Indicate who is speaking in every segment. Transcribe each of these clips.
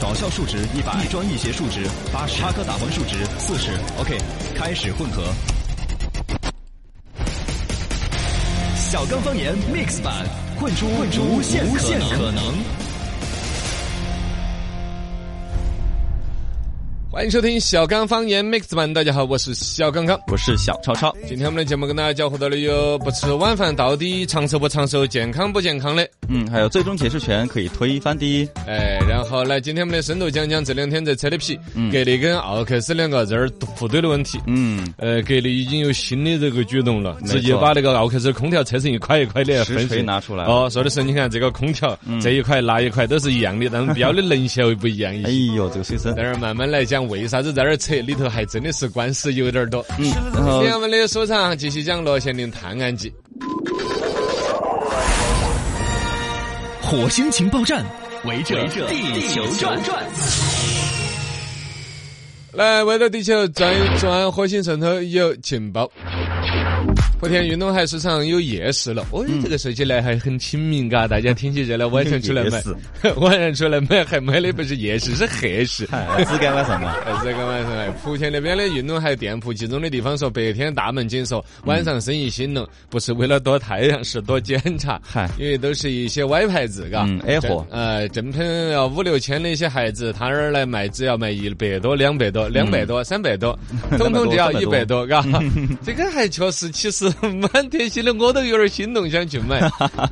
Speaker 1: 搞笑数值一百，一专一邪数值八十，插科打诨数值四十。OK，开始混合。小刚方言 mix 版，混出混出无限可能。
Speaker 2: 欢迎收听小刚方言 Mix 版，大家好，我是小刚刚。
Speaker 1: 我是小超超，
Speaker 2: 今天我们的节目跟大家交互到的有不吃晚饭到底长寿不长寿、健康不健康的，
Speaker 1: 嗯，还有最终解释权可以推翻的。
Speaker 2: 哎，然后来今天我们的深度讲讲这两天在扯的皮，格力跟奥克斯两个在这儿互怼的问题。
Speaker 1: 嗯，
Speaker 2: 呃，格力已经有新的这个举动了，
Speaker 1: 错
Speaker 2: 直接把那个奥克斯空调拆成一块一块的
Speaker 1: 实
Speaker 2: 分
Speaker 1: 锤
Speaker 2: 析
Speaker 1: 拿出来了嗯
Speaker 2: 哦，说的是你看这个空调、这一块那一块都是一样的，但是标的能效不一样 一
Speaker 1: 哎
Speaker 2: 些。
Speaker 1: 呦，这个水深
Speaker 2: 在。这儿慢慢来讲，为啥子在这儿扯？里头还真的是官司有点儿多。
Speaker 1: 嗯，然后
Speaker 2: 今天我们的首场继续讲罗贤林探案记。
Speaker 3: 火星情报站，围着地球转。
Speaker 2: 来，围着地球转一转，火星上头有情报。莆田运动海市场有夜市了，
Speaker 1: 嗯
Speaker 2: 哦，这个说起来还很亲民嘎，大家听起热闹，晚上出来
Speaker 1: 夜
Speaker 2: 买
Speaker 1: 市，
Speaker 2: 晚上出来买还买的不是夜 市，是黑市。
Speaker 1: 哎只敢晚上嘛。
Speaker 2: 还是这个晚上哎，莆田那边的运动还店铺集中的地方说，白天大门紧锁，
Speaker 1: 嗯
Speaker 2: 晚上生意兴隆，不是为了躲太阳，是躲检查。
Speaker 1: 嗨
Speaker 2: 因为都是一些歪牌子，嘎，
Speaker 1: 嗯，A 货
Speaker 2: 呃，正品要五六千的一些孩子，他那儿来卖，只要卖一百多、两百多、两百多、三百多， 统统就要一嗯百多，嘎。 这个还确实，其实蛮贴心的，我都有点心动想去 买，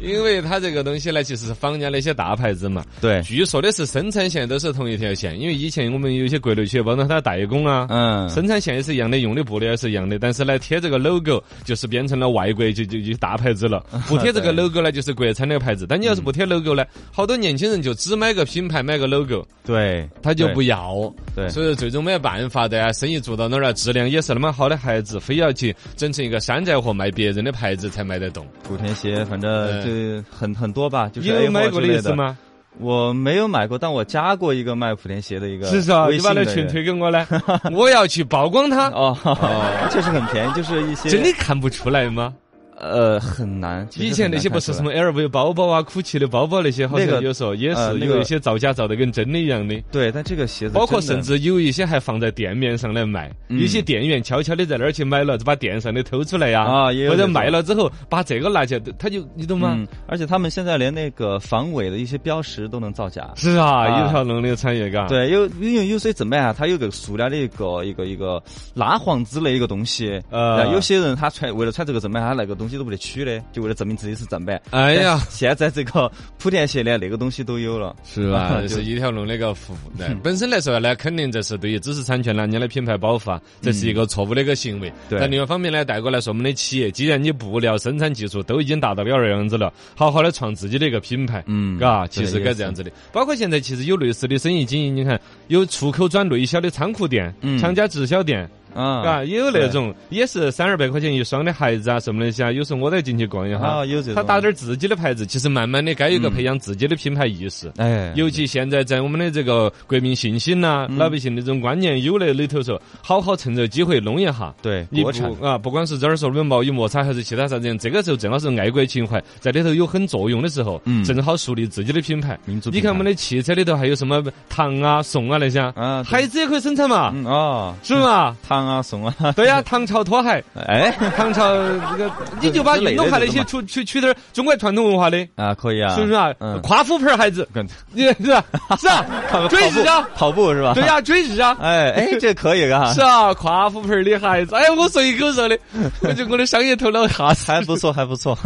Speaker 2: 因为它这个东西呢，其实是仿人家那些大牌子嘛。
Speaker 1: 对，
Speaker 2: 据说的是生产线都是同一条线，因为以前我们有些国内企业，包括它代工啊。
Speaker 1: 嗯，
Speaker 2: 生产线也是一样的，用的布料也是一样的，但是呢，贴这个 logo 就是变成了外国就就就大牌子了。不贴这个
Speaker 1: 对
Speaker 2: logo 呢，就是国产那个牌子。但你要是不贴 logo 呢，好多年轻人就只买个品牌，买个 logo，
Speaker 1: 对，
Speaker 2: 他就
Speaker 1: 对
Speaker 2: 不要。
Speaker 1: 对
Speaker 2: 所以最终没办法的啊，生意做到哪儿了，质量也是那么好的孩子，非要去整成一个山寨货卖别人的牌子才卖得动。
Speaker 1: 古田鞋，反正就很很多吧，就是
Speaker 2: 你
Speaker 1: A
Speaker 2: 有买
Speaker 1: 货之
Speaker 2: 过的意
Speaker 1: 类
Speaker 2: 思
Speaker 1: 的。
Speaker 2: 吗？
Speaker 1: 我没有买过，但我加过一个卖莆田鞋的一个
Speaker 2: 是啊，
Speaker 1: 微
Speaker 2: 你
Speaker 1: 信
Speaker 2: 把
Speaker 1: 的
Speaker 2: 那
Speaker 1: 人
Speaker 2: 群推给我呢， 我要去曝 光它。
Speaker 1: 哦，哈哈确实很便宜，就是一些
Speaker 2: 真的看不出来吗？
Speaker 1: 呃很难。其实
Speaker 2: 以前那些不是什么 LV 包包啊、GUCCI 的包包那些，好
Speaker 1: 那
Speaker 2: 像
Speaker 1: 个
Speaker 2: 有时候也
Speaker 1: 呃
Speaker 2: 是
Speaker 1: 那
Speaker 2: 有
Speaker 1: 个
Speaker 2: 一些造假造的跟真的一
Speaker 1: 很难看
Speaker 2: 样的。
Speaker 1: 出来对，但这个鞋子
Speaker 2: 包括
Speaker 1: 真的
Speaker 2: 甚至有一些还放在店面上来卖，
Speaker 1: 嗯
Speaker 2: 有些店员悄悄的在那儿去买了，就把店上的偷出来呀，
Speaker 1: 啊也有
Speaker 2: 或者
Speaker 1: 这种
Speaker 2: 卖了之后把这个拿去，他就你懂吗？
Speaker 1: 嗯，而且他们现在连那个防伪的一些标识都能造假。
Speaker 2: 是啊，
Speaker 1: 啊
Speaker 2: 一条龙的产业嘎。，
Speaker 1: 对，有因为有些怎么样，啊它有个塑料的一个一个一个拉幌子的一个东西。
Speaker 2: 呃
Speaker 1: 然后有些人他穿为了穿这个正版，他那个东西都不得取的，就为了证明自己是正版。
Speaker 2: 哎呀，
Speaker 1: 现在这个莆田鞋连那个东西都有了。
Speaker 2: 是吧？
Speaker 1: 就 嗯
Speaker 2: 就是一条龙那个服务。对本身来说呢，肯定这是对于知识产权呐、人家的品牌保护啊，这是一个错误的一个行为。
Speaker 1: 嗯对
Speaker 2: 但另一方面呢，带过来说，我们的企业，既然你布料生产技术都已经达到了这样子了，好好的创自己的一个品牌，
Speaker 1: 嗯
Speaker 2: 嘎，
Speaker 1: 对
Speaker 2: 其实
Speaker 1: 也
Speaker 2: 该
Speaker 1: 是
Speaker 2: 这样子的。包括现在其实有类似的生意经营，你看有出口转内销的仓库店、
Speaker 1: 嗯
Speaker 2: 厂家直销店，
Speaker 1: 啊
Speaker 2: 嘎，也有那种也是三二百块钱一双的鞋子啊什么那些啊，有时候我都要进去逛一下
Speaker 1: 啊，。有这种嗯
Speaker 2: 他打点儿自己的牌子，其实慢慢的该有个培养自己的品牌意识。
Speaker 1: 哎，
Speaker 2: 尤其现在在我们的这个国民信心呐、
Speaker 1: 嗯
Speaker 2: 老百姓那种观念有了里头说，好好趁着机会弄一下。
Speaker 1: 对
Speaker 2: 你
Speaker 1: 国产
Speaker 2: 不啊，不管是这儿说我们贸易摩擦，还是其他啥子样，这个时候正好是爱国情怀在里头有很作用的时候，
Speaker 1: 嗯
Speaker 2: 正好树立自己的品牌。
Speaker 1: 民族
Speaker 2: 你
Speaker 1: 品牌
Speaker 2: 看我们的汽车里头还有什么糖啊、送啊那些
Speaker 1: 啊对
Speaker 2: 海子也可以生产嘛，
Speaker 1: 嗯啊，
Speaker 2: 是吧？
Speaker 1: 汤啊，怂啊，
Speaker 2: 对呀、唐朝拖鞋，
Speaker 1: 哎
Speaker 2: 唐朝 这个，你就把
Speaker 1: 之类的
Speaker 2: 运动鞋那
Speaker 1: 这
Speaker 2: 些
Speaker 1: 种
Speaker 2: 出取取点儿中国传统文化的，
Speaker 1: 啊，可以啊，
Speaker 2: 是不是啊？
Speaker 1: 嗯，
Speaker 2: 夸父牌儿鞋子，
Speaker 1: 跟
Speaker 2: 你 是吧？是啊，追日啊，
Speaker 1: 跑步是吧？
Speaker 2: 对，呀，追日啊。
Speaker 1: 哎哎，这可以啊，
Speaker 2: 是啊，夸父牌儿的孩子，哎，我说一口热 的，我就我的商业头脑吓死。
Speaker 1: 还不错，还不错。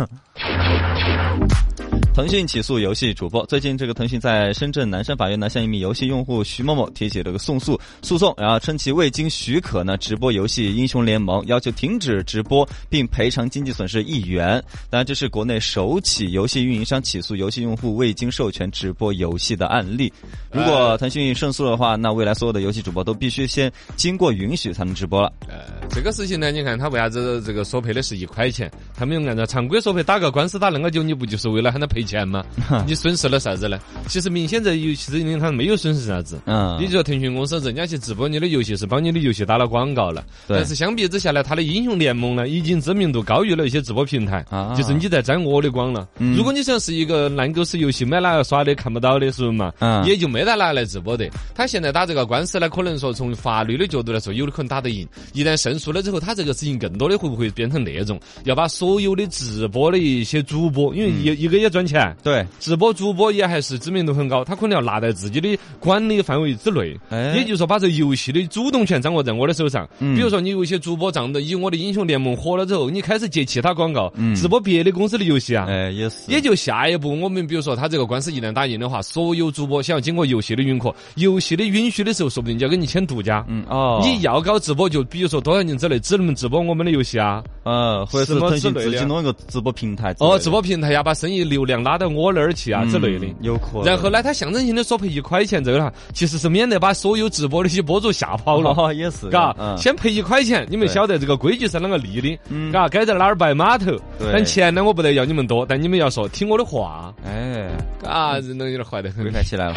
Speaker 1: 腾讯起诉游戏主播。最近，这个腾讯在深圳南山法院呢，向一名游戏用户徐某某提起了个诉讼诉讼，然后称其未经许可呢直播游戏《英雄联盟》，要求停止直播，并赔偿经济损失一元。当然，这是国内首起游戏运营商起诉游戏用户未经授权直播游戏的案例。如
Speaker 2: 呃
Speaker 1: 果腾讯胜诉的话，那未来所有的游戏主播都必须先经过允许才能直播了。
Speaker 2: 呃，这个事情呢，你看他为啥子这个索赔的是一块钱？他没有按照常规索赔打个官司打恁个久，你不就是为了喊他赔赔钱 嘛，你损失了啥子呢？其实明显在游戏里它没有损失啥子。
Speaker 1: 嗯
Speaker 2: 你说腾讯公司人家去直播你的游戏是帮你的游戏打了广告了，
Speaker 1: 对
Speaker 2: 但是相比之下呢，它的英雄联盟呢已经知名度高于了一些直播平台
Speaker 1: 啊，
Speaker 2: 就是你在沾我的光了。如果你想是一个烂狗屎游戏买哪个耍的看不到的，是不是嘛？
Speaker 1: 嗯
Speaker 2: 也就没得拿来直播的。他现在打这个官司呢，可能说从法律的角度来说，有的可能打得赢。一旦胜诉了之后，他这个事情更多的会不会变成那种要把所有的直播的一些主播，因为
Speaker 1: 嗯
Speaker 2: 一、一个也赚钱。
Speaker 1: 对，
Speaker 2: 直播主播也还是知名度很高，他可能要拿在自己的管理范围之内，
Speaker 1: 哎
Speaker 2: 也就是说把这游戏的主动权掌握在我的手上。
Speaker 1: 嗯
Speaker 2: 比如说，你有一些主播仗着以我的英雄联盟火了之后，你开始接其他广告，
Speaker 1: 嗯
Speaker 2: 直播别的公司的游戏啊。
Speaker 1: 哎，也是，
Speaker 2: 也就下一步，我们比如说他这个官司一旦打赢的话，所有主播想要经过游戏的允可，游戏的允许的时候，说不定就要跟你签独家。
Speaker 1: 嗯哦，
Speaker 2: 你要搞直播，就比如说多少年之内只能直播我们的游戏啊。
Speaker 1: 呃，或者
Speaker 2: 什
Speaker 1: 是
Speaker 2: 么
Speaker 1: 腾讯
Speaker 2: 之类
Speaker 1: 自
Speaker 2: 的
Speaker 1: 己弄一个直播平台之类
Speaker 2: 哦，
Speaker 1: 的
Speaker 2: 直播平台呀，把生意流量拉到我那儿去啊之类的。
Speaker 1: 嗯有可能。
Speaker 2: 然后呢，他象征性的索赔一块钱这个哈，其实是免得把所有直播的一些博主吓跑了。
Speaker 1: 哦，也是，
Speaker 2: 嘎，
Speaker 1: 嗯
Speaker 2: 先赔一块钱，你们
Speaker 1: 对
Speaker 2: 晓得这个规矩是啷个立的？
Speaker 1: 嗯
Speaker 2: 嘎，该在哪儿摆码头？
Speaker 1: 对
Speaker 2: 但钱呢，我不得要你们多，但你们要说听我的话。
Speaker 1: 哎，
Speaker 2: 啊，人都有点坏得很
Speaker 1: 鬼。看起来了，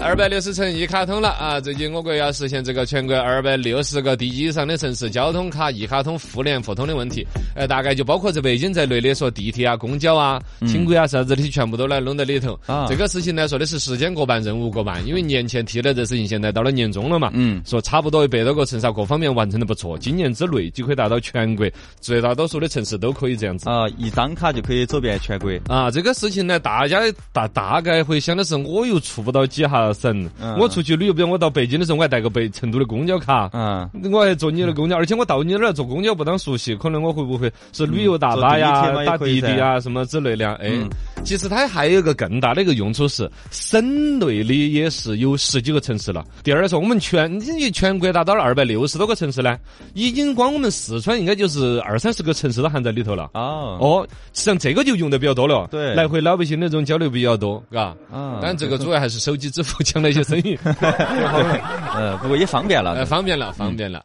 Speaker 2: 二百六十城一卡通了啊！最近我国要实现这个全国二百六十个地级以上的城市交通卡一卡通互联互通的问题。呃，大概就包括在北京在内的，说地铁啊、公交啊、轻轨啊啥子的，全部都来弄在里头。
Speaker 1: 嗯啊
Speaker 2: 这个事情呢，说的是时间各半，任务各半，因为年前提的这事情，现在到了年终了嘛。
Speaker 1: 嗯
Speaker 2: 说差不多一百多个城市啊各方面完成的不错，今年之内就可以达到全国绝大多数的城市都可以这样子。
Speaker 1: 啊，一张卡就可以走遍全国，
Speaker 2: 啊，这个事情呢，大家大大概会想的是，我又出不到几下省，
Speaker 1: 嗯
Speaker 2: 我出去旅游，比如我到北京的时候，我还带个北成都的公交卡。
Speaker 1: 嗯，
Speaker 2: 我还坐你的公交，而且我到你那儿坐公交不当熟悉，可能我会不会是旅游大巴
Speaker 1: 嗯
Speaker 2: 呀、
Speaker 1: 坐地铁嘛
Speaker 2: 打
Speaker 1: 也可以
Speaker 2: 滴
Speaker 1: 噻
Speaker 2: 滴啊什么之类的？哎，
Speaker 1: 嗯
Speaker 2: 其实它还有一个更大的一个用处是，省内的也是有十几个城市了。第二说，我们全你全国达到了二百六十多个城市呢，已经光我们四川应该就是二三十个城市都含在里头了。
Speaker 1: 哦，
Speaker 2: 哦，实际上这个就用的比较多了，啊
Speaker 1: 对
Speaker 2: 来回老百姓那种交流比较多，嘎。
Speaker 1: 啊
Speaker 2: 但这个主要还是手机支付抢了一些生 意，
Speaker 1: 呃，不过也方便了，
Speaker 2: 呃，方便了，方便了。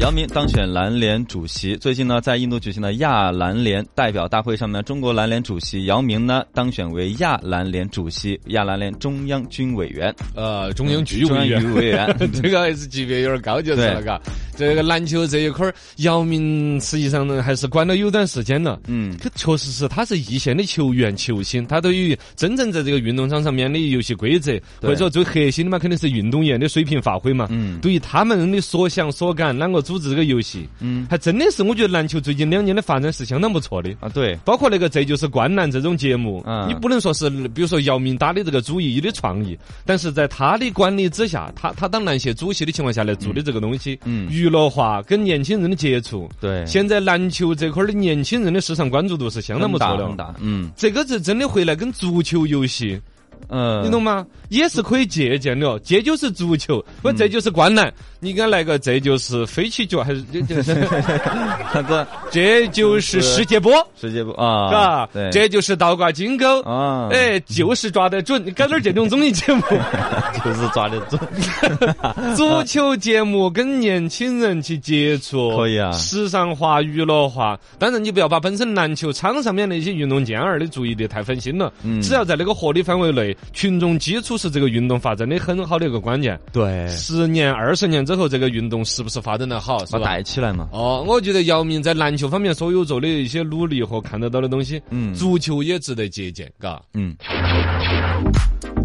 Speaker 1: 姚明当选篮联主席。最近呢，在印度举行的亚篮联代表大会上面，中国篮联主席姚明呢当选为亚篮联主席、亚篮联中央军委员、
Speaker 2: 呃，中央局
Speaker 1: 嗯中央
Speaker 2: 委员
Speaker 1: 局，委员。
Speaker 2: 这个还是级别有点高就是了，
Speaker 1: 对
Speaker 2: 嘎。这个篮球这一块儿，姚明实际上呢还是管了有段时间了。
Speaker 1: 嗯，
Speaker 2: 可确实是，他是一线的球员、球星，他对于真正在这个运动场上面的游戏规则，或者说最核心的嘛，肯定是运动员的水平发挥嘛。
Speaker 1: 嗯
Speaker 2: 对于他们的所想所感，啷个组织这个游戏，
Speaker 1: 嗯，
Speaker 2: 还真的是，我觉得篮球最近两年的发展是相当不错的。
Speaker 1: 啊，对，
Speaker 2: 包括那个《这就是灌篮》这种节目，
Speaker 1: 嗯
Speaker 2: 你不能说是，比如说姚明打的这个主意的创意，但是在他的管理之下，他他当篮协主席的情况下来做的这个东西，
Speaker 1: 嗯
Speaker 2: 娱乐化跟年轻人的接触，
Speaker 1: 对
Speaker 2: 现在篮球这块儿的年轻人的市场关注度是相当不错
Speaker 1: 大
Speaker 2: 的。哦
Speaker 1: 大，嗯
Speaker 2: 这个是真的回来跟足球游戏，
Speaker 1: 呃，
Speaker 2: 你懂吗？也是可以借鉴的，哦。这就是足球，
Speaker 1: 嗯
Speaker 2: 不，这就是灌篮。你给他来个，这就是飞起脚，还是这这
Speaker 1: 啥子
Speaker 2: 这就是世界波，
Speaker 1: 世界不 啊？
Speaker 2: 是吧？
Speaker 1: 对，
Speaker 2: 这就是倒挂金钩，
Speaker 1: 啊，
Speaker 2: 哎，就是抓得准。你搞点这种综艺节目，
Speaker 1: 就是抓得准，
Speaker 2: 足球节目跟年轻人去接触，
Speaker 1: 可以啊
Speaker 2: 时尚化、娱乐化。当然，你不要把本身篮球场上面那些运动健儿的注意力太分心了。
Speaker 1: 嗯
Speaker 2: 只要在那个合理范围内，群众基础是这个运动发展的很好的一个关键。
Speaker 1: 对，
Speaker 2: 十年、二十年之后，这个运动是不是发展的好，是
Speaker 1: 把
Speaker 2: 吧？
Speaker 1: 带起来嘛，
Speaker 2: 哦，我觉得姚明在篮球方面所有做的一些努力和看得到的东西，
Speaker 1: 嗯
Speaker 2: 足球也值得借鉴，嘎。
Speaker 1: 嗯，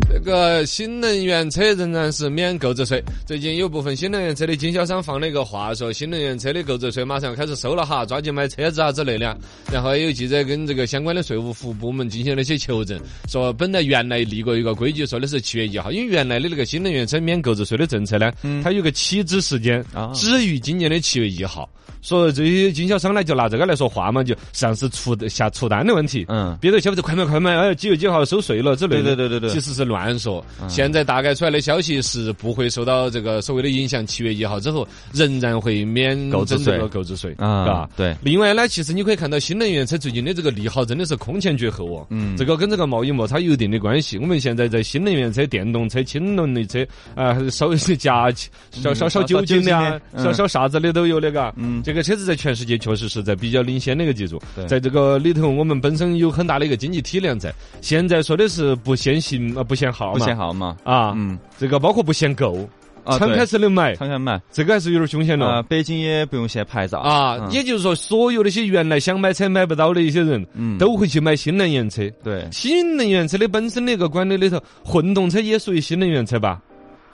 Speaker 2: 这个新能源车仍然是免购置税。最近有部分新能源车的经销商放了一个话，说新能源车的购置税马上要开始收了哈，抓紧买车子啊之类的啊。然后也有记者跟这个相关的税务服务部门进行了一些求证，说本来原来立过一个规矩，说的是七月一号，因为原来的那个新能源车免购置税的政策呢，
Speaker 1: 嗯
Speaker 2: 它有个起止时间
Speaker 1: 啊，
Speaker 2: 止于今年的七月一号。所以这些经销商呢，就拿这个来说话嘛，就实际上是出下出单的问题。
Speaker 1: 嗯
Speaker 2: 别人晓不得快买快买，哎，几月几号收税了之类的。
Speaker 1: 对对对对对嗯
Speaker 2: 其实是乱敢说。现在大概出来的消息是不会受到这个所谓的影响，七月一号之后仍然会免
Speaker 1: 购置
Speaker 2: 征这
Speaker 1: 税
Speaker 2: 个购置税，
Speaker 1: 啊
Speaker 2: 啊，。
Speaker 1: 对，
Speaker 2: 另外呢，其实你可以看到新能源车最近的这个利好真的是空前绝后哦。
Speaker 1: 嗯
Speaker 2: 这个跟这个贸易摩擦有一定的关系。我们现在在新能源车、电动车、氢能力车啊、稍微是加少少少
Speaker 1: 少
Speaker 2: 酒精的啊，
Speaker 1: 嗯少酒精的嗯
Speaker 2: 少少啥子的都有的嘎。
Speaker 1: 嗯
Speaker 2: 这个车子在全世界确实是在比较领先的一个技术
Speaker 1: 对，
Speaker 2: 在这个里头我们本身有很大的一个经济体量在。现在说的是不限行啊，不限号
Speaker 1: 不
Speaker 2: 嘛
Speaker 1: 限好嘛，
Speaker 2: 啊，
Speaker 1: 嗯，
Speaker 2: 这个包括不限购，
Speaker 1: 啊，
Speaker 2: 敞
Speaker 1: 对
Speaker 2: 开式的买，
Speaker 1: 敞开卖
Speaker 2: 这个还是有点凶险了
Speaker 1: 啊，。北京也不用限牌照
Speaker 2: 啊，
Speaker 1: 嗯
Speaker 2: 也就是说，所有那些原来想买车买不到的一些人，
Speaker 1: 嗯
Speaker 2: 都会去买新能源车。
Speaker 1: 对，
Speaker 2: 新能源车的本身那个管理里头，混动车也属于新能源车吧？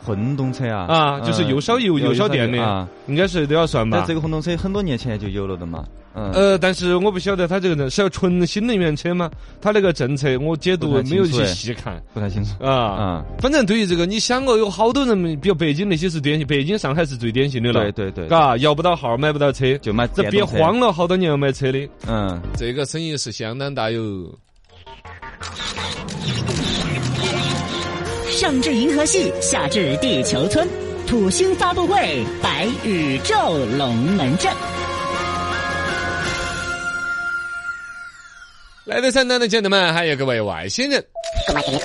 Speaker 1: 混动车啊，
Speaker 2: 啊，就是
Speaker 1: 呃
Speaker 2: 又烧油又烧电的，
Speaker 1: 啊。
Speaker 2: 应该是都要算
Speaker 1: 但
Speaker 2: 吧
Speaker 1: 这？个混动车很多年前就有了的嘛，嗯，
Speaker 2: 呃，但是我不晓得他这个人是要纯新能源车吗？他那个政策我解
Speaker 1: 不
Speaker 2: 读
Speaker 1: 太清楚
Speaker 2: 没有去
Speaker 1: 哎
Speaker 2: 细看
Speaker 1: 不太清楚
Speaker 2: 啊。
Speaker 1: 啊。
Speaker 2: 反正对于这个，你想哦，有好多人，比如北京那些是典型，北京、上海是最典型的
Speaker 1: 对
Speaker 2: 了，
Speaker 1: 对对，
Speaker 2: 嘎，摇不到号，买不到车，
Speaker 1: 就买
Speaker 2: 这
Speaker 1: 电
Speaker 2: 别
Speaker 1: 动车，
Speaker 2: 慌了，好多年要买车的。
Speaker 1: 嗯，
Speaker 2: 这个生意是相当大哟。
Speaker 4: 上至银河系，下至地球村，土星发布会，白宇宙龙门阵。
Speaker 2: 来自山南的亲友们，还有各位外星人，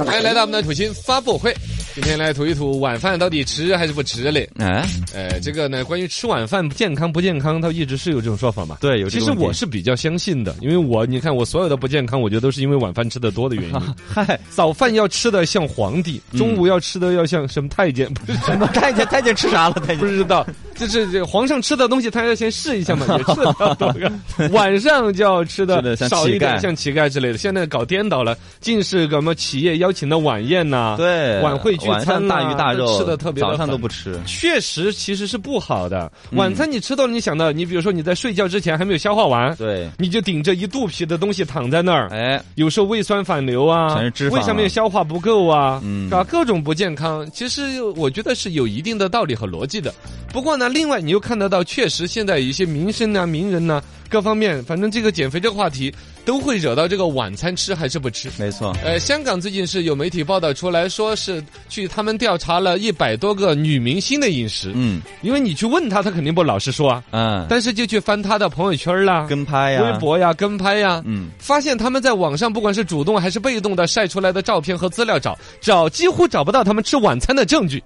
Speaker 2: 欢迎来到我们的土星发布会。今天来吐一吐晚饭到底吃还是不吃嘞？
Speaker 1: 哎，
Speaker 2: 呃，这个呢，关于吃晚饭健康不健康，它一直是有这种说法嘛。
Speaker 1: 对有这
Speaker 2: 其
Speaker 1: 个
Speaker 2: 实
Speaker 1: 问题
Speaker 2: 我是比较相信的，因为我你看我所有的不健康，我觉得都是因为晚饭吃的多的原因。
Speaker 1: 嗨，
Speaker 2: 早饭要吃的像皇帝，
Speaker 1: 嗯
Speaker 2: 中午要吃的要像什么太监， 不是
Speaker 1: 什么太监太监吃啥了？太
Speaker 2: 不
Speaker 1: 监
Speaker 2: 知道，就是这皇上吃的东西，他要先试 一下嘛，也吃的多个。晚上就要吃
Speaker 1: 吃得
Speaker 2: 的
Speaker 1: 像
Speaker 2: 少一点，
Speaker 1: 乞丐
Speaker 2: 像乞丐之类的。现在搞颠倒了，尽是什么企业邀请的晚宴呐、
Speaker 1: 对，
Speaker 2: 啊晚会聚餐啊
Speaker 1: 晚上大鱼大肉，
Speaker 2: 吃的特别
Speaker 1: 早
Speaker 2: 的
Speaker 1: 上
Speaker 2: 烦
Speaker 1: 都不嗯吃，
Speaker 2: 确实其实是不好的。晚餐你吃到了，你想到你比如说你在睡觉之前还没有消化完，
Speaker 1: 对，
Speaker 2: 你就顶着一肚皮的东西躺在那儿。
Speaker 1: 哎，
Speaker 2: 有时候胃酸反流啊，
Speaker 1: 全是脂肪
Speaker 2: 胃上面消化不够啊，
Speaker 1: 嗯
Speaker 2: 啊，各种不健康。其实我觉得是有一定的道理和逻辑的。不过呢，另外你又看得到，确实现在一些民生啊、名人呐、各方面，反正这个减肥这个话题都会惹到这个晚餐吃还是不吃。
Speaker 1: 没错，
Speaker 2: 呃，香港最近是有媒体报道出来说是去他们调查了一百多个女明星的饮食，
Speaker 1: 嗯
Speaker 2: 因为你去问她，她肯定不老实说啊，
Speaker 1: 嗯，
Speaker 2: 但是就去翻她的朋友圈啦、
Speaker 1: 跟拍呀，
Speaker 2: 微，博呀、跟拍呀，
Speaker 1: 嗯，。
Speaker 2: 发现他们在网上不管是主动还是被动的晒出来的照片和资料找找，几乎找不到他们吃晚餐的证据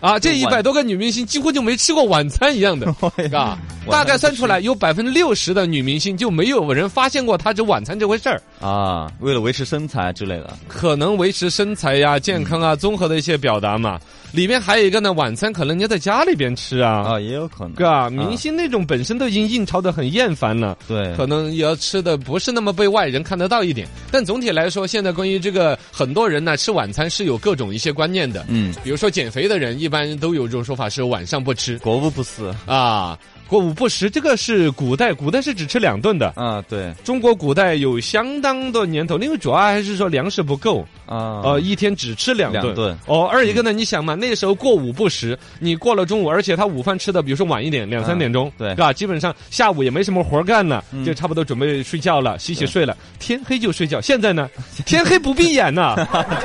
Speaker 2: 啊！这一百多个女明星几乎就没吃过晚餐一样的
Speaker 1: 多
Speaker 2: 啊，大概算出来有百分之六十的女明星就没有人发现过她这晚餐这回事儿，
Speaker 1: 啊，为了维持身材之类的，
Speaker 2: 可能维持身材呀、健康啊、综合的一些表达嘛。里面还有一个呢，晚餐可能人家在家里边吃啊，
Speaker 1: 啊，也有可能，
Speaker 2: 哥、啊，明星那种本身都已经印钞的很厌烦了，
Speaker 1: 对，
Speaker 2: 可能也要吃的不是那么被外人看得到一点。但总体来说，现在关于这个很多人呢吃晚餐是有各种一些观念的，
Speaker 1: 嗯，
Speaker 2: 比如说减肥的人一般都有这种说法是晚上不吃
Speaker 1: 国无不死
Speaker 2: 啊。过午不食，这个是古代，古代是只吃两顿的。
Speaker 1: 啊，对
Speaker 2: 中国古代有相当的年头，因为主要还是说粮食不够，
Speaker 1: 啊，
Speaker 2: 呃，一天只吃两顿。
Speaker 1: 两顿
Speaker 2: 哦，二一个呢，你想嘛，那时候过午不食，你过了中午，而且他午饭吃的，比如说晚一点，两三
Speaker 1: 嗯
Speaker 2: 点钟，
Speaker 1: 对
Speaker 2: 是吧？基本上下午也没什么活儿干了，
Speaker 1: 嗯
Speaker 2: 就差不多准备睡觉了，洗洗睡了，天黑就睡觉。现在 呢，天黑不闭眼呐，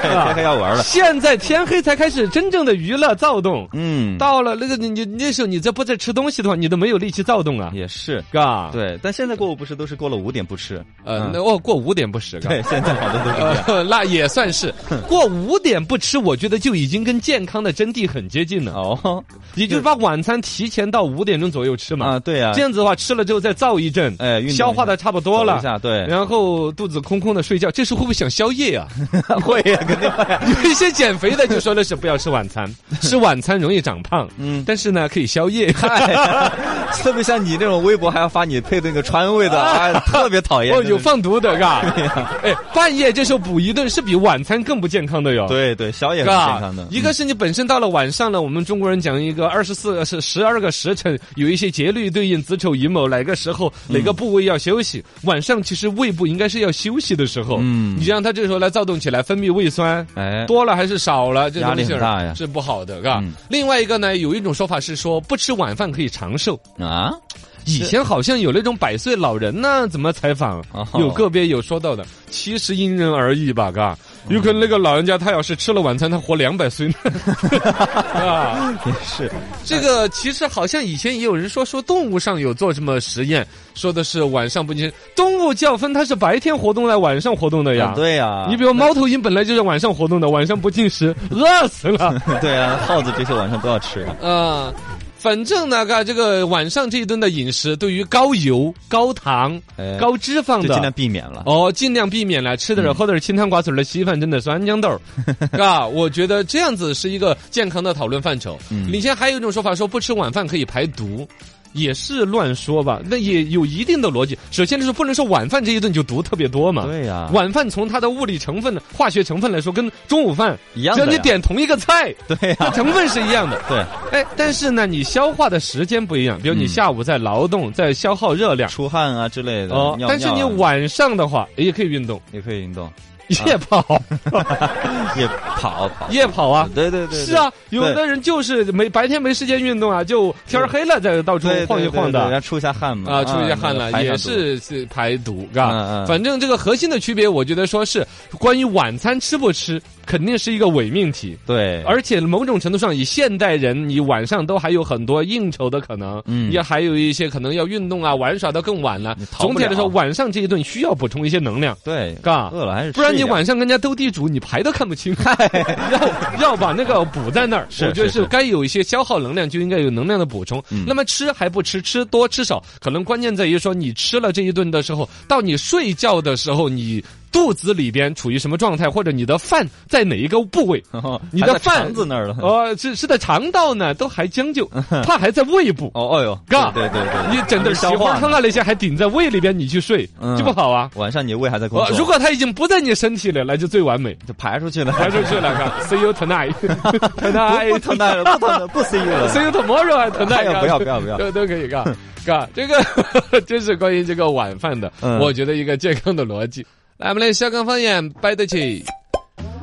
Speaker 1: 对，天黑要玩了，
Speaker 2: 现在天黑才开始真正的娱乐躁动。
Speaker 1: 嗯，
Speaker 2: 到了那个你你那时候你这不在吃东西的话，你都没有力气躁动啊，
Speaker 1: 也是。
Speaker 2: 嘎。
Speaker 1: 对，但现在过午不食都是过了五点不吃，
Speaker 2: 呃
Speaker 1: 嗯，
Speaker 2: 那哦，过五点不食，嘎
Speaker 1: 对，现在好多 都是这样。
Speaker 2: 呃，那也算是过五点不吃，我觉得就已经跟健康的真谛很接近了。
Speaker 1: 哦，
Speaker 2: 也就是把晚餐提前到五点钟左右吃嘛
Speaker 1: 啊，。对呀
Speaker 2: 这，样子的话，吃了之后再造一阵，
Speaker 1: 哎运动一下
Speaker 2: 消化的差不多
Speaker 1: 走
Speaker 2: 了
Speaker 1: 一。下对，
Speaker 2: 然后肚子空空的睡觉，这时候会不会想宵夜 呀、
Speaker 1: 会
Speaker 2: 啊
Speaker 1: 呀，肯定会。
Speaker 2: 有一些减肥的就说的是不要吃晚餐，吃晚餐容易长胖。
Speaker 1: 嗯哎
Speaker 2: 嗯，但是呢，可以 宵夜。
Speaker 1: 特别像你这种微博还要发你配对那个川味的，哎，特别讨 厌。
Speaker 2: 哦，有放毒的，嘎。哎，半夜这时候补一顿是比晚餐更不健康的哟。。
Speaker 1: 对对，小也很健
Speaker 2: 嘎
Speaker 1: 康的，。
Speaker 2: 一个是你本身到了晚上了，我们中国人讲一个二十四是十二个时辰，有一些节律对应子丑寅卯，哪个时候
Speaker 1: 嗯
Speaker 2: 哪个部位要休息。晚上其实胃部应该是要休息的时候，
Speaker 1: 嗯
Speaker 2: 你让它这时候来躁动起来，分泌胃酸。
Speaker 1: 哎，
Speaker 2: 多了还是少了，这
Speaker 1: 压力
Speaker 2: 东西
Speaker 1: 很大呀
Speaker 2: 是不好的，嘎
Speaker 1: 嗯。
Speaker 2: 另外一个呢，有一种说法是说不吃晚饭可以长寿。
Speaker 1: 啊，
Speaker 2: 以前好像有那种百岁老人呢，怎么采访
Speaker 1: 哦，
Speaker 2: 有个别有说到的，其实因人而异吧，嘎。有可能那个老人家他要是吃了晚餐，他活两百 岁呢。啊，
Speaker 1: 也是，
Speaker 2: 这个其实好像以前也有人说，说动物上有做什么实验，说的是晚上不进食。动物叫分，它是白天活动的，晚上活动的哎呀。
Speaker 1: 对呀，
Speaker 2: 你比如猫头鹰本来就是晚上活动的，晚上不进食，饿死了。
Speaker 1: 对啊，耗子这些晚上都要吃呀。
Speaker 2: 啊、反正那个这个晚上这一顿的饮食，对于高油、高糖、
Speaker 1: 哎
Speaker 2: 高脂肪
Speaker 1: 就尽量嗯
Speaker 2: 的。
Speaker 1: 避免了。
Speaker 2: 哦，尽量避免了，吃点儿、喝点儿清汤寡水的稀饭，蒸点儿酸豇 豆儿，啊，我觉得这样子是一个健康的讨论范畴。
Speaker 1: 嗯
Speaker 2: 以前还有一种说法说不吃晚饭可以排毒，也是乱说吧，那也有一定的逻辑。首先就是不能说晚饭这一顿就毒特别多嘛，
Speaker 1: 对啊呀，
Speaker 2: 晚饭从它的物理成分、化学成分来说，跟中午饭
Speaker 1: 一样
Speaker 2: 只
Speaker 1: 的
Speaker 2: 要
Speaker 1: 呀。
Speaker 2: 你点同一个菜，
Speaker 1: 对
Speaker 2: 它
Speaker 1: 呀，
Speaker 2: 成分是一样的。
Speaker 1: 对，
Speaker 2: 哎，但是呢，你消化的时间不一样，比如你
Speaker 1: 嗯
Speaker 2: 下午在劳动，在消耗热量。
Speaker 1: 出汗啊之类的。
Speaker 2: 哦，
Speaker 1: 尿
Speaker 2: 但是你
Speaker 1: 尿啊
Speaker 2: 晚上的话也可以运动，
Speaker 1: 也可以运动，
Speaker 2: 夜跑，
Speaker 1: 也跑跑。
Speaker 2: 夜跑啊。
Speaker 1: 对对对，对
Speaker 2: 是，啊，有的人就是没白天没时间运动啊，就天儿黑了再到处
Speaker 1: 对对
Speaker 2: 晃一
Speaker 1: 对
Speaker 2: 晃
Speaker 1: 对对
Speaker 2: 的
Speaker 1: 要出一下汗嘛。
Speaker 2: 啊，出一下汗
Speaker 1: 那
Speaker 2: 了，
Speaker 1: 个
Speaker 2: 也
Speaker 1: 排上毒
Speaker 2: 是是排毒，
Speaker 1: 嗯
Speaker 2: 嘎
Speaker 1: 嗯。
Speaker 2: 反正这个核心的区别，我觉得说是关于晚餐吃不吃，肯定是一个伪命题。
Speaker 1: 对，
Speaker 2: 而且某种程度上，以现代人，你晚上都还有很多应酬的可能，
Speaker 1: 嗯
Speaker 2: 也还有一些可能要运动啊、玩耍到更晚了
Speaker 1: 你。逃不
Speaker 2: 总体来说，
Speaker 1: 了
Speaker 2: 晚上这一顿需要补充一些能量，
Speaker 1: 对，
Speaker 2: 嘎。
Speaker 1: 饿了还是
Speaker 2: 不然
Speaker 1: 吃一
Speaker 2: 你
Speaker 1: 点
Speaker 2: 晚上跟人家斗地主，你牌都看不 清， 要要把那个补在那儿。
Speaker 1: 是
Speaker 2: 我觉得
Speaker 1: 是嗯
Speaker 2: 是
Speaker 1: 是
Speaker 2: 该有一些消耗能量，就应该有能量的补充。那么吃还不吃，吃多吃少，可能关键在于说你吃了这一顿的时候，到你睡觉的时候，你肚子里边处于什么状态，或者你的饭在哪一个部 位。
Speaker 1: 哦
Speaker 2: 你
Speaker 1: 还
Speaker 2: 的
Speaker 1: 在
Speaker 2: 饭
Speaker 1: 肠子那儿了。哦
Speaker 2: 哦，是是在肠道呢，都还 将就，怕还在胃部。
Speaker 1: 哦哟，
Speaker 2: 嘎
Speaker 1: 对对对，
Speaker 2: 你整
Speaker 1: 还没
Speaker 2: 点儿西
Speaker 1: 消
Speaker 2: 花
Speaker 1: 化
Speaker 2: 汤
Speaker 1: 呢。
Speaker 2: 啊那些还顶在胃里边，你去睡
Speaker 1: 嗯
Speaker 2: 就不好啊。
Speaker 1: 晚上你胃还在工
Speaker 2: 哦
Speaker 1: 作，，
Speaker 2: 如果它已经不在你身体里了，就最完美。
Speaker 1: 就排出去了，
Speaker 2: 排出去 了，哎看 see you tonight tonight
Speaker 1: 不疼耐 了，不疼了，不 see you 了
Speaker 2: see。you tomorrow 还 tonight，
Speaker 1: 哎呀
Speaker 2: 嘎
Speaker 1: 不要不要不 要
Speaker 2: 都都可以干干这个，这是关于这个晚饭的，
Speaker 1: 嗯
Speaker 2: 我觉得一个健康的逻辑。来，我们来小港方言摆得起。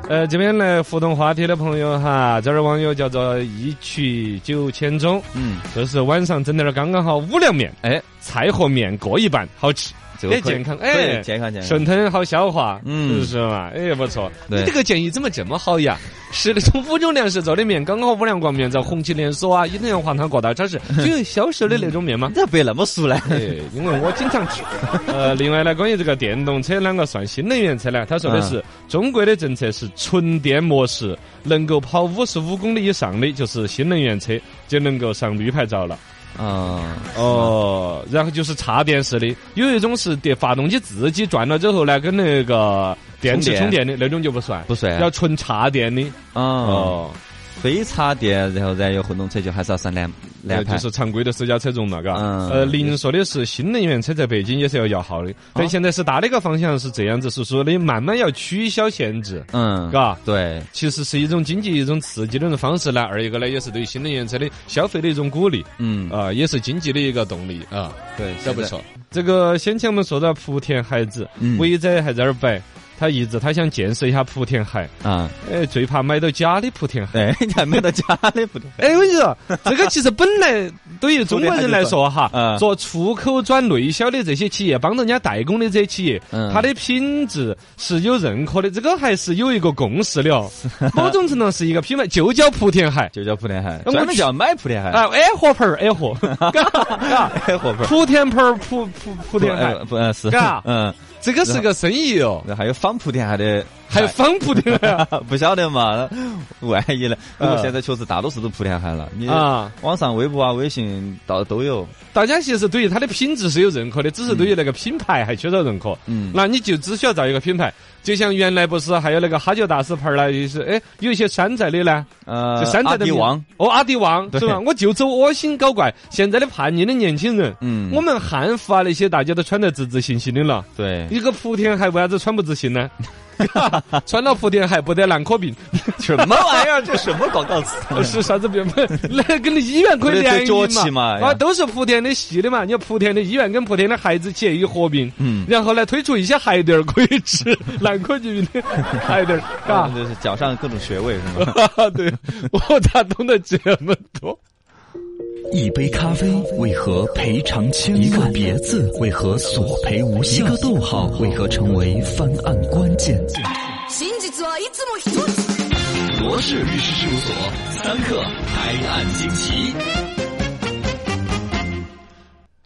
Speaker 2: 呃，这边来互动话题的朋友哈，这儿网友叫做一曲九千钟，
Speaker 1: 嗯，
Speaker 2: 就是晚上整点儿刚刚好五粮面，哎，菜和面各一半，好吃。
Speaker 1: 就
Speaker 2: 哎
Speaker 1: 可以
Speaker 2: 健康
Speaker 1: 对
Speaker 2: 哎
Speaker 1: 健康健康。
Speaker 2: 顺藤好消化，
Speaker 1: 嗯
Speaker 2: 是不是嘛？哎，不错，
Speaker 1: 对
Speaker 2: 你这个建议怎么这么好呀？是那种五种粮食做的面，刚好五粮光面在红旗连锁啊、伊藤洋华堂各大 超市都有销售的那种面吗
Speaker 1: 你？咋背那么熟 嘞？
Speaker 2: 哎，因为我经常 吃。呃，另外呢，关于这个电动车啷个算新能源车呢？他说的
Speaker 1: 啊
Speaker 2: 是，中国的政策是纯电模式，能够跑五十五公里以上的就是新能源车，就能够上绿牌照了。
Speaker 1: 嗯，
Speaker 2: 哦，然后就是插电式的，有一种是电发动机自己转了之后呢，跟那个电池充
Speaker 1: 充
Speaker 2: 电的那种就不算，
Speaker 1: 不算
Speaker 2: 要纯插电的。
Speaker 1: 哦，
Speaker 2: 哦，
Speaker 1: 非插电，然后燃油混动车就还是要上蓝蓝
Speaker 2: 那
Speaker 1: 牌
Speaker 2: 就。是常规的私家车种了，嘎。
Speaker 1: 嗯
Speaker 2: 呃，您说的是新能源车在北京也是要摇号的，但现在是大的一个方向是这样子，是说的慢慢要取消限制，
Speaker 1: 嗯，
Speaker 2: 嘎。
Speaker 1: 对，
Speaker 2: 其实是一种经济、一种刺激的一种方式呢，二一个呢也是对新能源车的消费的一种鼓励，
Speaker 1: 嗯，
Speaker 2: 啊、也是经济的一个动力啊。
Speaker 1: 对，
Speaker 2: 这不错。这个先前我们说到莆田海子
Speaker 1: 嗯，
Speaker 2: 伟仔还在那儿摆，他一直他想建设一下莆田海，
Speaker 1: 啊，
Speaker 2: 哎，最怕买到假的莆田海。
Speaker 1: 哎， 你还买到家里不？
Speaker 2: 哎，我跟你说，这个其实本来对于 中国人来说哈，
Speaker 1: 嗯
Speaker 2: 做出口转内销的这些企业，帮着人家代工的这些企业，
Speaker 1: 嗯
Speaker 2: 它的品质是有认可的，这个还是有一个共识的 哦。某种程度上是一个品牌，就叫莆田海。
Speaker 1: 就叫莆田海，
Speaker 2: 我
Speaker 1: 专门
Speaker 2: 去
Speaker 1: 叫买莆田海。
Speaker 2: 啊，哎火盆儿，哎 火，嘎
Speaker 1: 哎，伙伴，
Speaker 2: 莆田盆儿，莆莆莆田海
Speaker 1: 呃，不，呃是
Speaker 2: 嘎，
Speaker 1: 嗯，
Speaker 2: 这个是个生意哦。
Speaker 1: 那还有仿莆田海的，
Speaker 2: 还有仿莆田海啊
Speaker 1: 不晓得嘛？万一呢？不过
Speaker 2: 嗯
Speaker 1: 现在确实大多数都莆田海了， 你
Speaker 2: 啊！
Speaker 1: 网上微博啊、微信到都有。
Speaker 2: 大家其实对于它的品质是有认可的，只是对于那个品牌还缺少认可。
Speaker 1: 嗯，
Speaker 2: 那你就只需要造一个品牌，就像原来不是还有那个哈吉达斯牌儿啦，也是哎，有一些山寨的呢，
Speaker 1: 呃
Speaker 2: 就山，寨
Speaker 1: 阿
Speaker 2: 的
Speaker 1: 迪
Speaker 2: 名
Speaker 1: 王，
Speaker 2: 哦，阿迪王
Speaker 1: 对
Speaker 2: 是吧？我就走恶心搞怪，现在的叛逆的年轻人，
Speaker 1: 嗯
Speaker 2: 我们汉服啊那些大家都穿得自自信信的了，
Speaker 1: 对，
Speaker 2: 一个莆田还为啥子穿不自信呢？ 穿了莆田还不得兰 科病，
Speaker 1: 什么玩意儿？这什么广告 词？
Speaker 2: 是啥子病？那跟那医院可以联
Speaker 1: 对对脚
Speaker 2: 系
Speaker 1: 气嘛
Speaker 2: 啊，都是莆田的系的嘛。你看莆田的医院跟莆田的孩子协议合并，
Speaker 1: 嗯
Speaker 2: 然后呢推出一些鞋垫儿可以治兰科疾病的 鞋垫儿，
Speaker 1: 啊，
Speaker 2: 嘎，
Speaker 1: 就是脚上各种穴位是 吗？
Speaker 2: 对， 我咋懂得这么多？
Speaker 3: 一杯咖啡为何赔偿千万？一个别字为何索赔无效？一个逗号为何成为翻案关键？
Speaker 5: 真実を
Speaker 3: 罗氏律师事务所，三克拍案惊奇。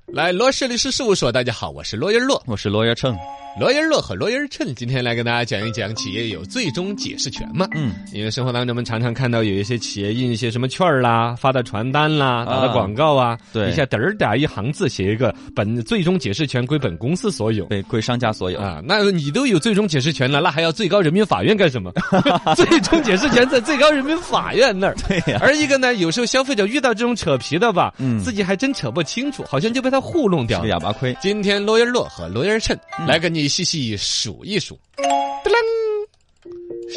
Speaker 2: 来，罗氏律师事务所，大家好，我是罗云洛。
Speaker 1: 我是罗元称，
Speaker 2: 罗云洛和罗云称今天来跟大家讲一讲企业有最终解释权嘛？
Speaker 1: 嗯，
Speaker 2: 因为生活当中我们常常看到有一些企业印一些什么券儿啦、发的传单啦、打
Speaker 1: 啊
Speaker 2: 的广告啊，
Speaker 1: 对
Speaker 2: 一下嘚儿打一行字写一个本最终解释权归本公司所有。
Speaker 1: 被归商家所有。
Speaker 2: 啊，那你都有最终解释权了，那还要最高人民法院干什么？ 最终解释权在最高人民法院那儿。
Speaker 1: 对呀
Speaker 2: 而一个呢，有时候消费者遇到这种扯皮的吧，
Speaker 1: 嗯
Speaker 2: 自己还真扯不清楚，好像就被他糊弄掉
Speaker 1: 这个
Speaker 2: 了。
Speaker 1: 哑巴亏，
Speaker 2: 今天罗元洛和罗元趁
Speaker 1: 嗯
Speaker 2: 来跟你细细数一数。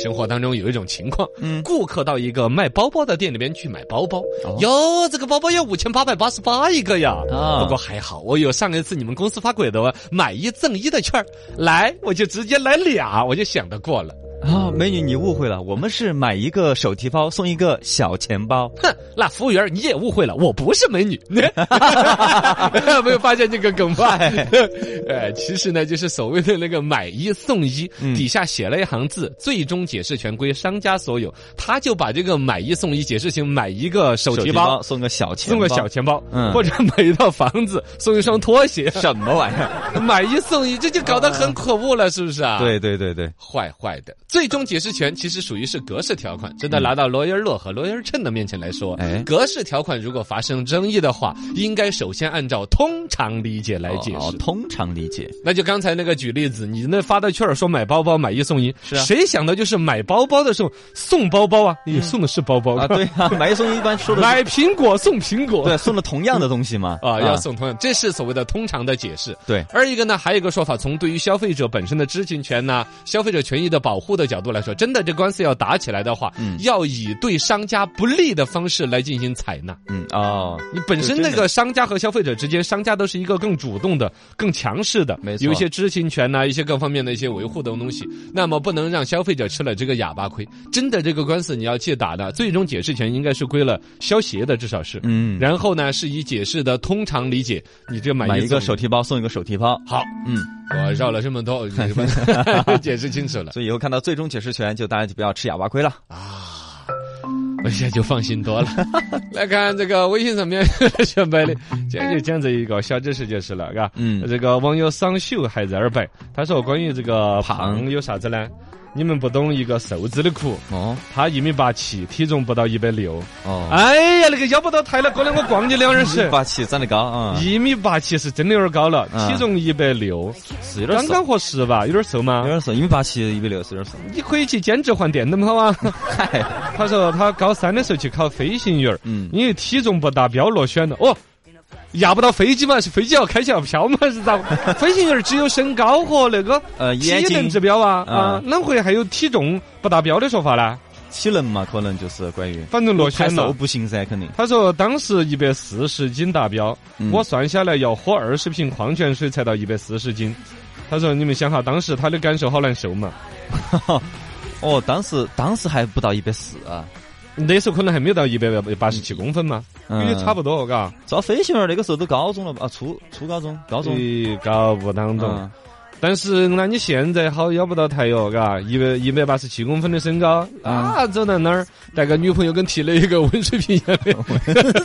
Speaker 2: 生活当中有一种情况，
Speaker 1: 嗯
Speaker 2: 顾客到一个卖包包的店里边去买包包
Speaker 1: 哦，
Speaker 2: 哟、这个包包要五千八百八十八一个呀。
Speaker 1: 啊
Speaker 2: 不过还好，我有上一次你们公司发给的买一赠一的券儿来我就直接来俩，我就想得过了。
Speaker 1: 啊，美女，你误会了，我们是买一个手提包送一个小钱包。
Speaker 2: 哼，那服务员你也误会了，我不是美女， 没有发现这个梗吧？ 呃，其实呢，就是所谓的那个买一送一，
Speaker 1: 嗯
Speaker 2: 底下写了一行字，最终解释权归商家所有。他就把这个买一送一解释成买一个手提包。
Speaker 1: 送个小钱包，
Speaker 2: 送个小钱包，
Speaker 1: 嗯
Speaker 2: 或者买一套房子，送一双拖 鞋，
Speaker 1: 什么玩意儿？
Speaker 2: 买一送一，这就搞得很可恶了，是不是啊？，
Speaker 1: 对对对对，
Speaker 2: 坏坏的。最终解释权其实属于是格式条款，真的拿到罗伊尔洛和罗伊尔趁的面前来说，
Speaker 1: 嗯哎
Speaker 2: 格式条款如果发生争议的话，应该首先按照通常理解来解
Speaker 1: 哦
Speaker 2: 释。
Speaker 1: 通常理 解
Speaker 2: 那就刚才那个举例子，你那发的券儿说买包包买一送一，
Speaker 1: 是啊
Speaker 2: 谁想到就是买包包的时候送包包啊？你送的是包包
Speaker 1: 啊，对啊，买一送一一般 说的是
Speaker 2: 买苹果送苹果，
Speaker 1: 对，送了同样的东西嘛，
Speaker 2: 啊，要送同样，这是所谓的通常的解释。
Speaker 1: 对
Speaker 2: 而一个呢，还有一个说法，从对于消费者本身的知情权呐、消费者权益的保护的角度来说，真的这官司要打起来的话，
Speaker 1: 嗯
Speaker 2: 要以对商家不利的方式来进行采纳。
Speaker 1: 嗯哦，
Speaker 2: 你本身
Speaker 1: 就
Speaker 2: 那
Speaker 1: 真的
Speaker 2: 个商家和消费者之间，商家都是一个更主动的、更强势的，
Speaker 1: 没错
Speaker 2: 有一些知情权呐、一些各方面的一些维护的东西。那么不能让消费者吃了这个哑巴亏。真的，这个官司你要去打呢，最终解释权应该是归了消协的，至少是。
Speaker 1: 嗯，
Speaker 2: 然后呢，是以解释的通常理解，你这买
Speaker 1: 买一个手
Speaker 2: 送
Speaker 1: 提包送一个手提包，
Speaker 2: 好，
Speaker 1: 嗯，
Speaker 2: 我绕了这 么多，你们解释清楚了
Speaker 1: 所以以后看到最终解释权，就大家就不要吃哑巴亏了。
Speaker 2: 啊，我现在就放心多了。 来看这个微信上面 选摆的，今天就讲这一个小知识就是了，嘎。
Speaker 1: 嗯，
Speaker 2: 这个网友桑秀还在那儿摆，他说关于这个
Speaker 1: 胖
Speaker 2: 胖有啥子呢？你们不懂一个瘦子的苦，
Speaker 1: 哦
Speaker 2: 他一米八七，体重不到一百六。
Speaker 1: 哦，
Speaker 2: 哎呀，那个要不到抬了，过来我逛你两耳 屎。
Speaker 1: 霸气长得高啊，
Speaker 2: 一米八七是真的有点高了，
Speaker 1: 嗯
Speaker 2: 体重一百六，
Speaker 1: 是有点
Speaker 2: 刚
Speaker 1: 瘦，
Speaker 2: 刚合适吧？有点瘦
Speaker 1: 有
Speaker 2: 吗？
Speaker 1: 点瘦，一米八七，一米六，是有点瘦。
Speaker 2: 你可以去兼职换电灯泡啊。
Speaker 1: 嗨，
Speaker 2: 他说他高三的时候去考飞行员，
Speaker 1: 嗯，
Speaker 2: 因为体重不达标落选了。哦，压不到飞机嘛？是飞机要开起要飘嘛？是 咋？飞行员只有身高和那个
Speaker 1: 呃，
Speaker 2: 体
Speaker 1: 眼
Speaker 2: 能
Speaker 1: 睛
Speaker 2: 指标啊
Speaker 1: 嗯
Speaker 2: 啊，啷会还有体重不达标的说法呢？
Speaker 1: 体能嘛，可能就是关于
Speaker 2: 反正落
Speaker 1: 太
Speaker 2: 选
Speaker 1: 瘦
Speaker 2: 了。
Speaker 1: 不行噻，肯定。
Speaker 2: 他说当时一百四十斤达标，
Speaker 1: 嗯
Speaker 2: 我算下来要喝二十瓶矿泉水才到一百四十斤。他说：“你们想哈，当时他的感受好难受嘛？
Speaker 1: 哦，当时当时还不到一百四啊，
Speaker 2: 那时候可能还没有到一百八十七公分嘛，
Speaker 1: 嗯
Speaker 2: 也差不多，嘎。
Speaker 1: 招飞行员那个时候都高中了吧？啊，初初高中、嗯高中，
Speaker 2: 咦，搞哎不当懂
Speaker 1: 嗯。，
Speaker 2: 但是那你现在好要不到台哟，嘎，一百一百八十七公分的身高
Speaker 1: 嗯
Speaker 2: 啊，走到那儿带个女朋友跟提了一个温水瓶一样的，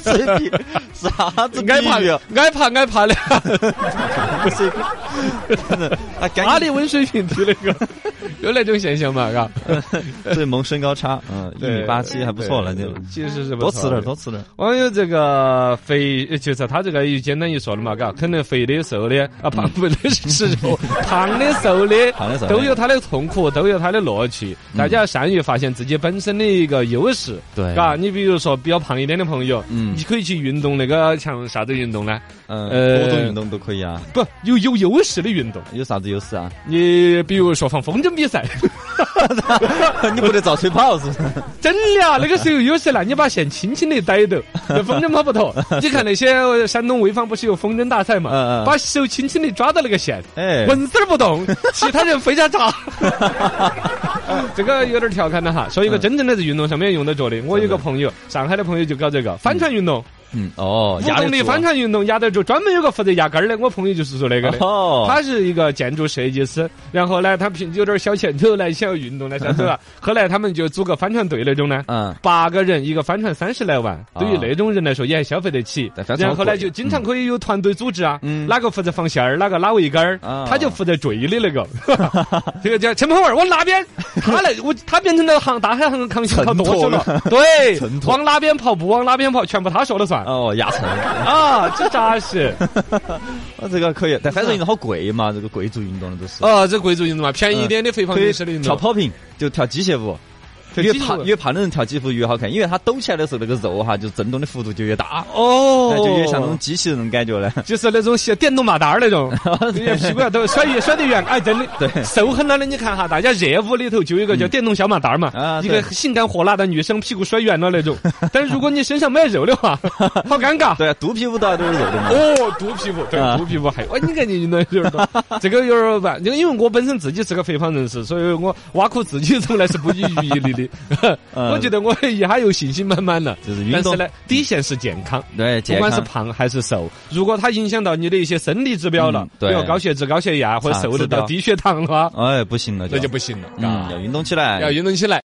Speaker 1: 这比啥子比
Speaker 2: 挨怕
Speaker 1: 喻啊？
Speaker 2: 挨怕挨怕的，
Speaker 1: 这个啊，
Speaker 2: 哪
Speaker 1: 赶
Speaker 2: 里温水瓶提了一个，有那种现象嘛，嘎？
Speaker 1: 紧这萌身高差，嗯，一米八七还不错了，
Speaker 2: 对
Speaker 1: 就
Speaker 2: 其实是不
Speaker 1: 多
Speaker 2: 错
Speaker 1: 吃点儿，
Speaker 2: 的
Speaker 1: 多吃点儿。
Speaker 2: 网友这个肥，呃就是他这个又简单一说了嘛，嘎，可能肥的、瘦的啊，胖不的是吃 肉，胖的、瘦的，
Speaker 1: 胖的瘦的
Speaker 2: 都有它的痛苦，都有它的乐趣。大家要善于发现自己本身的一个优势，
Speaker 1: 嗯对
Speaker 2: 嘎，你比如说比较胖一点的朋友，
Speaker 1: 嗯
Speaker 2: 你可以去运动那个像啥子运动呢？
Speaker 1: 嗯，
Speaker 2: 呃
Speaker 1: 多种运动都可以啊。
Speaker 2: 不，有有优势的运动，
Speaker 1: 有啥子优势啊？
Speaker 2: 你比如说放风筝比赛，
Speaker 1: 你不得照吹泡是不是？
Speaker 2: 真的啊，那个时候有时候呢，你把线轻轻的 逮到，那风筝跑不脱。你看那些呃山东潍坊不是有风筝大赛嘛，
Speaker 1: 嗯嗯
Speaker 2: 把手轻轻的抓到那个线，
Speaker 1: 哎，
Speaker 2: 纹丝儿不 动，其他人飞家炸。这个有
Speaker 1: 嗯
Speaker 2: 点调侃了哈，说一个真正的在运动上面用得着的。我有个朋友，上海的朋友就搞这个帆船运动，
Speaker 1: 嗯，哦，
Speaker 2: 无
Speaker 1: 压
Speaker 2: 动力翻墙运动压得住，专门有个负责压杆儿的，我朋友就是做那个的。
Speaker 1: 哦，
Speaker 2: 他是一个建筑设计师，然后呢，他凭有点小钱头呢，想要运动呢，啥子吧。 后来他们就组个帆船队那种呢，
Speaker 1: 嗯，
Speaker 2: 八个人一个帆船三十来万，对于那种人来说也还消费得起
Speaker 1: 啊但帆。船
Speaker 2: 然后呢，
Speaker 1: 贵
Speaker 2: 就经常可以有团队组织啊，
Speaker 1: 嗯
Speaker 2: 哪个负责放线儿，哪个拉桅杆儿
Speaker 1: 啊，
Speaker 2: 他就负责坠的 那个。这个叫陈鹏伟，往哪边？他来，我他变成了航大海航航行靠舵手了。对
Speaker 1: 沉，痛
Speaker 2: 往哪边跑不往哪边跑，全部他说了算
Speaker 1: 哦，牙疼，
Speaker 2: 啊，这扎实。
Speaker 1: 啊这个可以，但帆船运动好贵嘛，这个贵族运动了都是。嗯
Speaker 2: 哦，这贵族运动嘛，便宜一点的肥胖
Speaker 1: 可
Speaker 2: 女
Speaker 1: 以
Speaker 2: 士的运
Speaker 1: 跳
Speaker 2: 动。
Speaker 1: 呃跑屏，就跳机械舞。
Speaker 2: 跳
Speaker 1: 越
Speaker 2: 机械
Speaker 1: 胖
Speaker 2: 舞
Speaker 1: 越胖的人跳几幅越好看，因为他抖起来的时候那个肉哈，就震动的幅度就越大，
Speaker 2: 哦
Speaker 1: 那就越像那种机器人的感觉了。
Speaker 2: 就是那种像电动马达儿 那种，人家屁股要都甩越甩得远，哎，真的，
Speaker 1: 对嗯
Speaker 2: 瘦狠了的，你看哈，大家热舞里头就有一个叫电动小马达儿嘛，
Speaker 1: 啊
Speaker 2: 一个
Speaker 1: 对
Speaker 2: 性感火辣的女生屁股甩远了 那种，但是如果你身上没有肉的话，好尴尬。
Speaker 1: 对啊，肚皮舞蹈都是肉的嘛。
Speaker 2: 哦，肚皮舞，对
Speaker 1: 啊，
Speaker 2: 肚皮舞还，哎，你看你运动有点多， 这个有点吧，因为因为我本身自己是个肥胖人士，所以我挖苦自己从来是不遗余力的，
Speaker 1: 嗯
Speaker 2: 我觉得我一下有信心满满了，
Speaker 1: 就是运
Speaker 2: 但
Speaker 1: 动
Speaker 2: 是呢，底线是健康。
Speaker 1: 对，
Speaker 2: 不
Speaker 1: 健
Speaker 2: 管是
Speaker 1: 康。
Speaker 2: 胖还是瘦，如果它影响到你的一些生理指标了
Speaker 1: 嗯，对
Speaker 2: 比如高血脂、高血压或者
Speaker 1: 啊
Speaker 2: 瘦
Speaker 1: 指
Speaker 2: 得到
Speaker 1: 标
Speaker 2: 低血糖了，
Speaker 1: 哎，不行了，
Speaker 2: 那就不行了
Speaker 1: 嗯，
Speaker 2: 啊
Speaker 1: 要！运动起来，
Speaker 2: 要运动起来。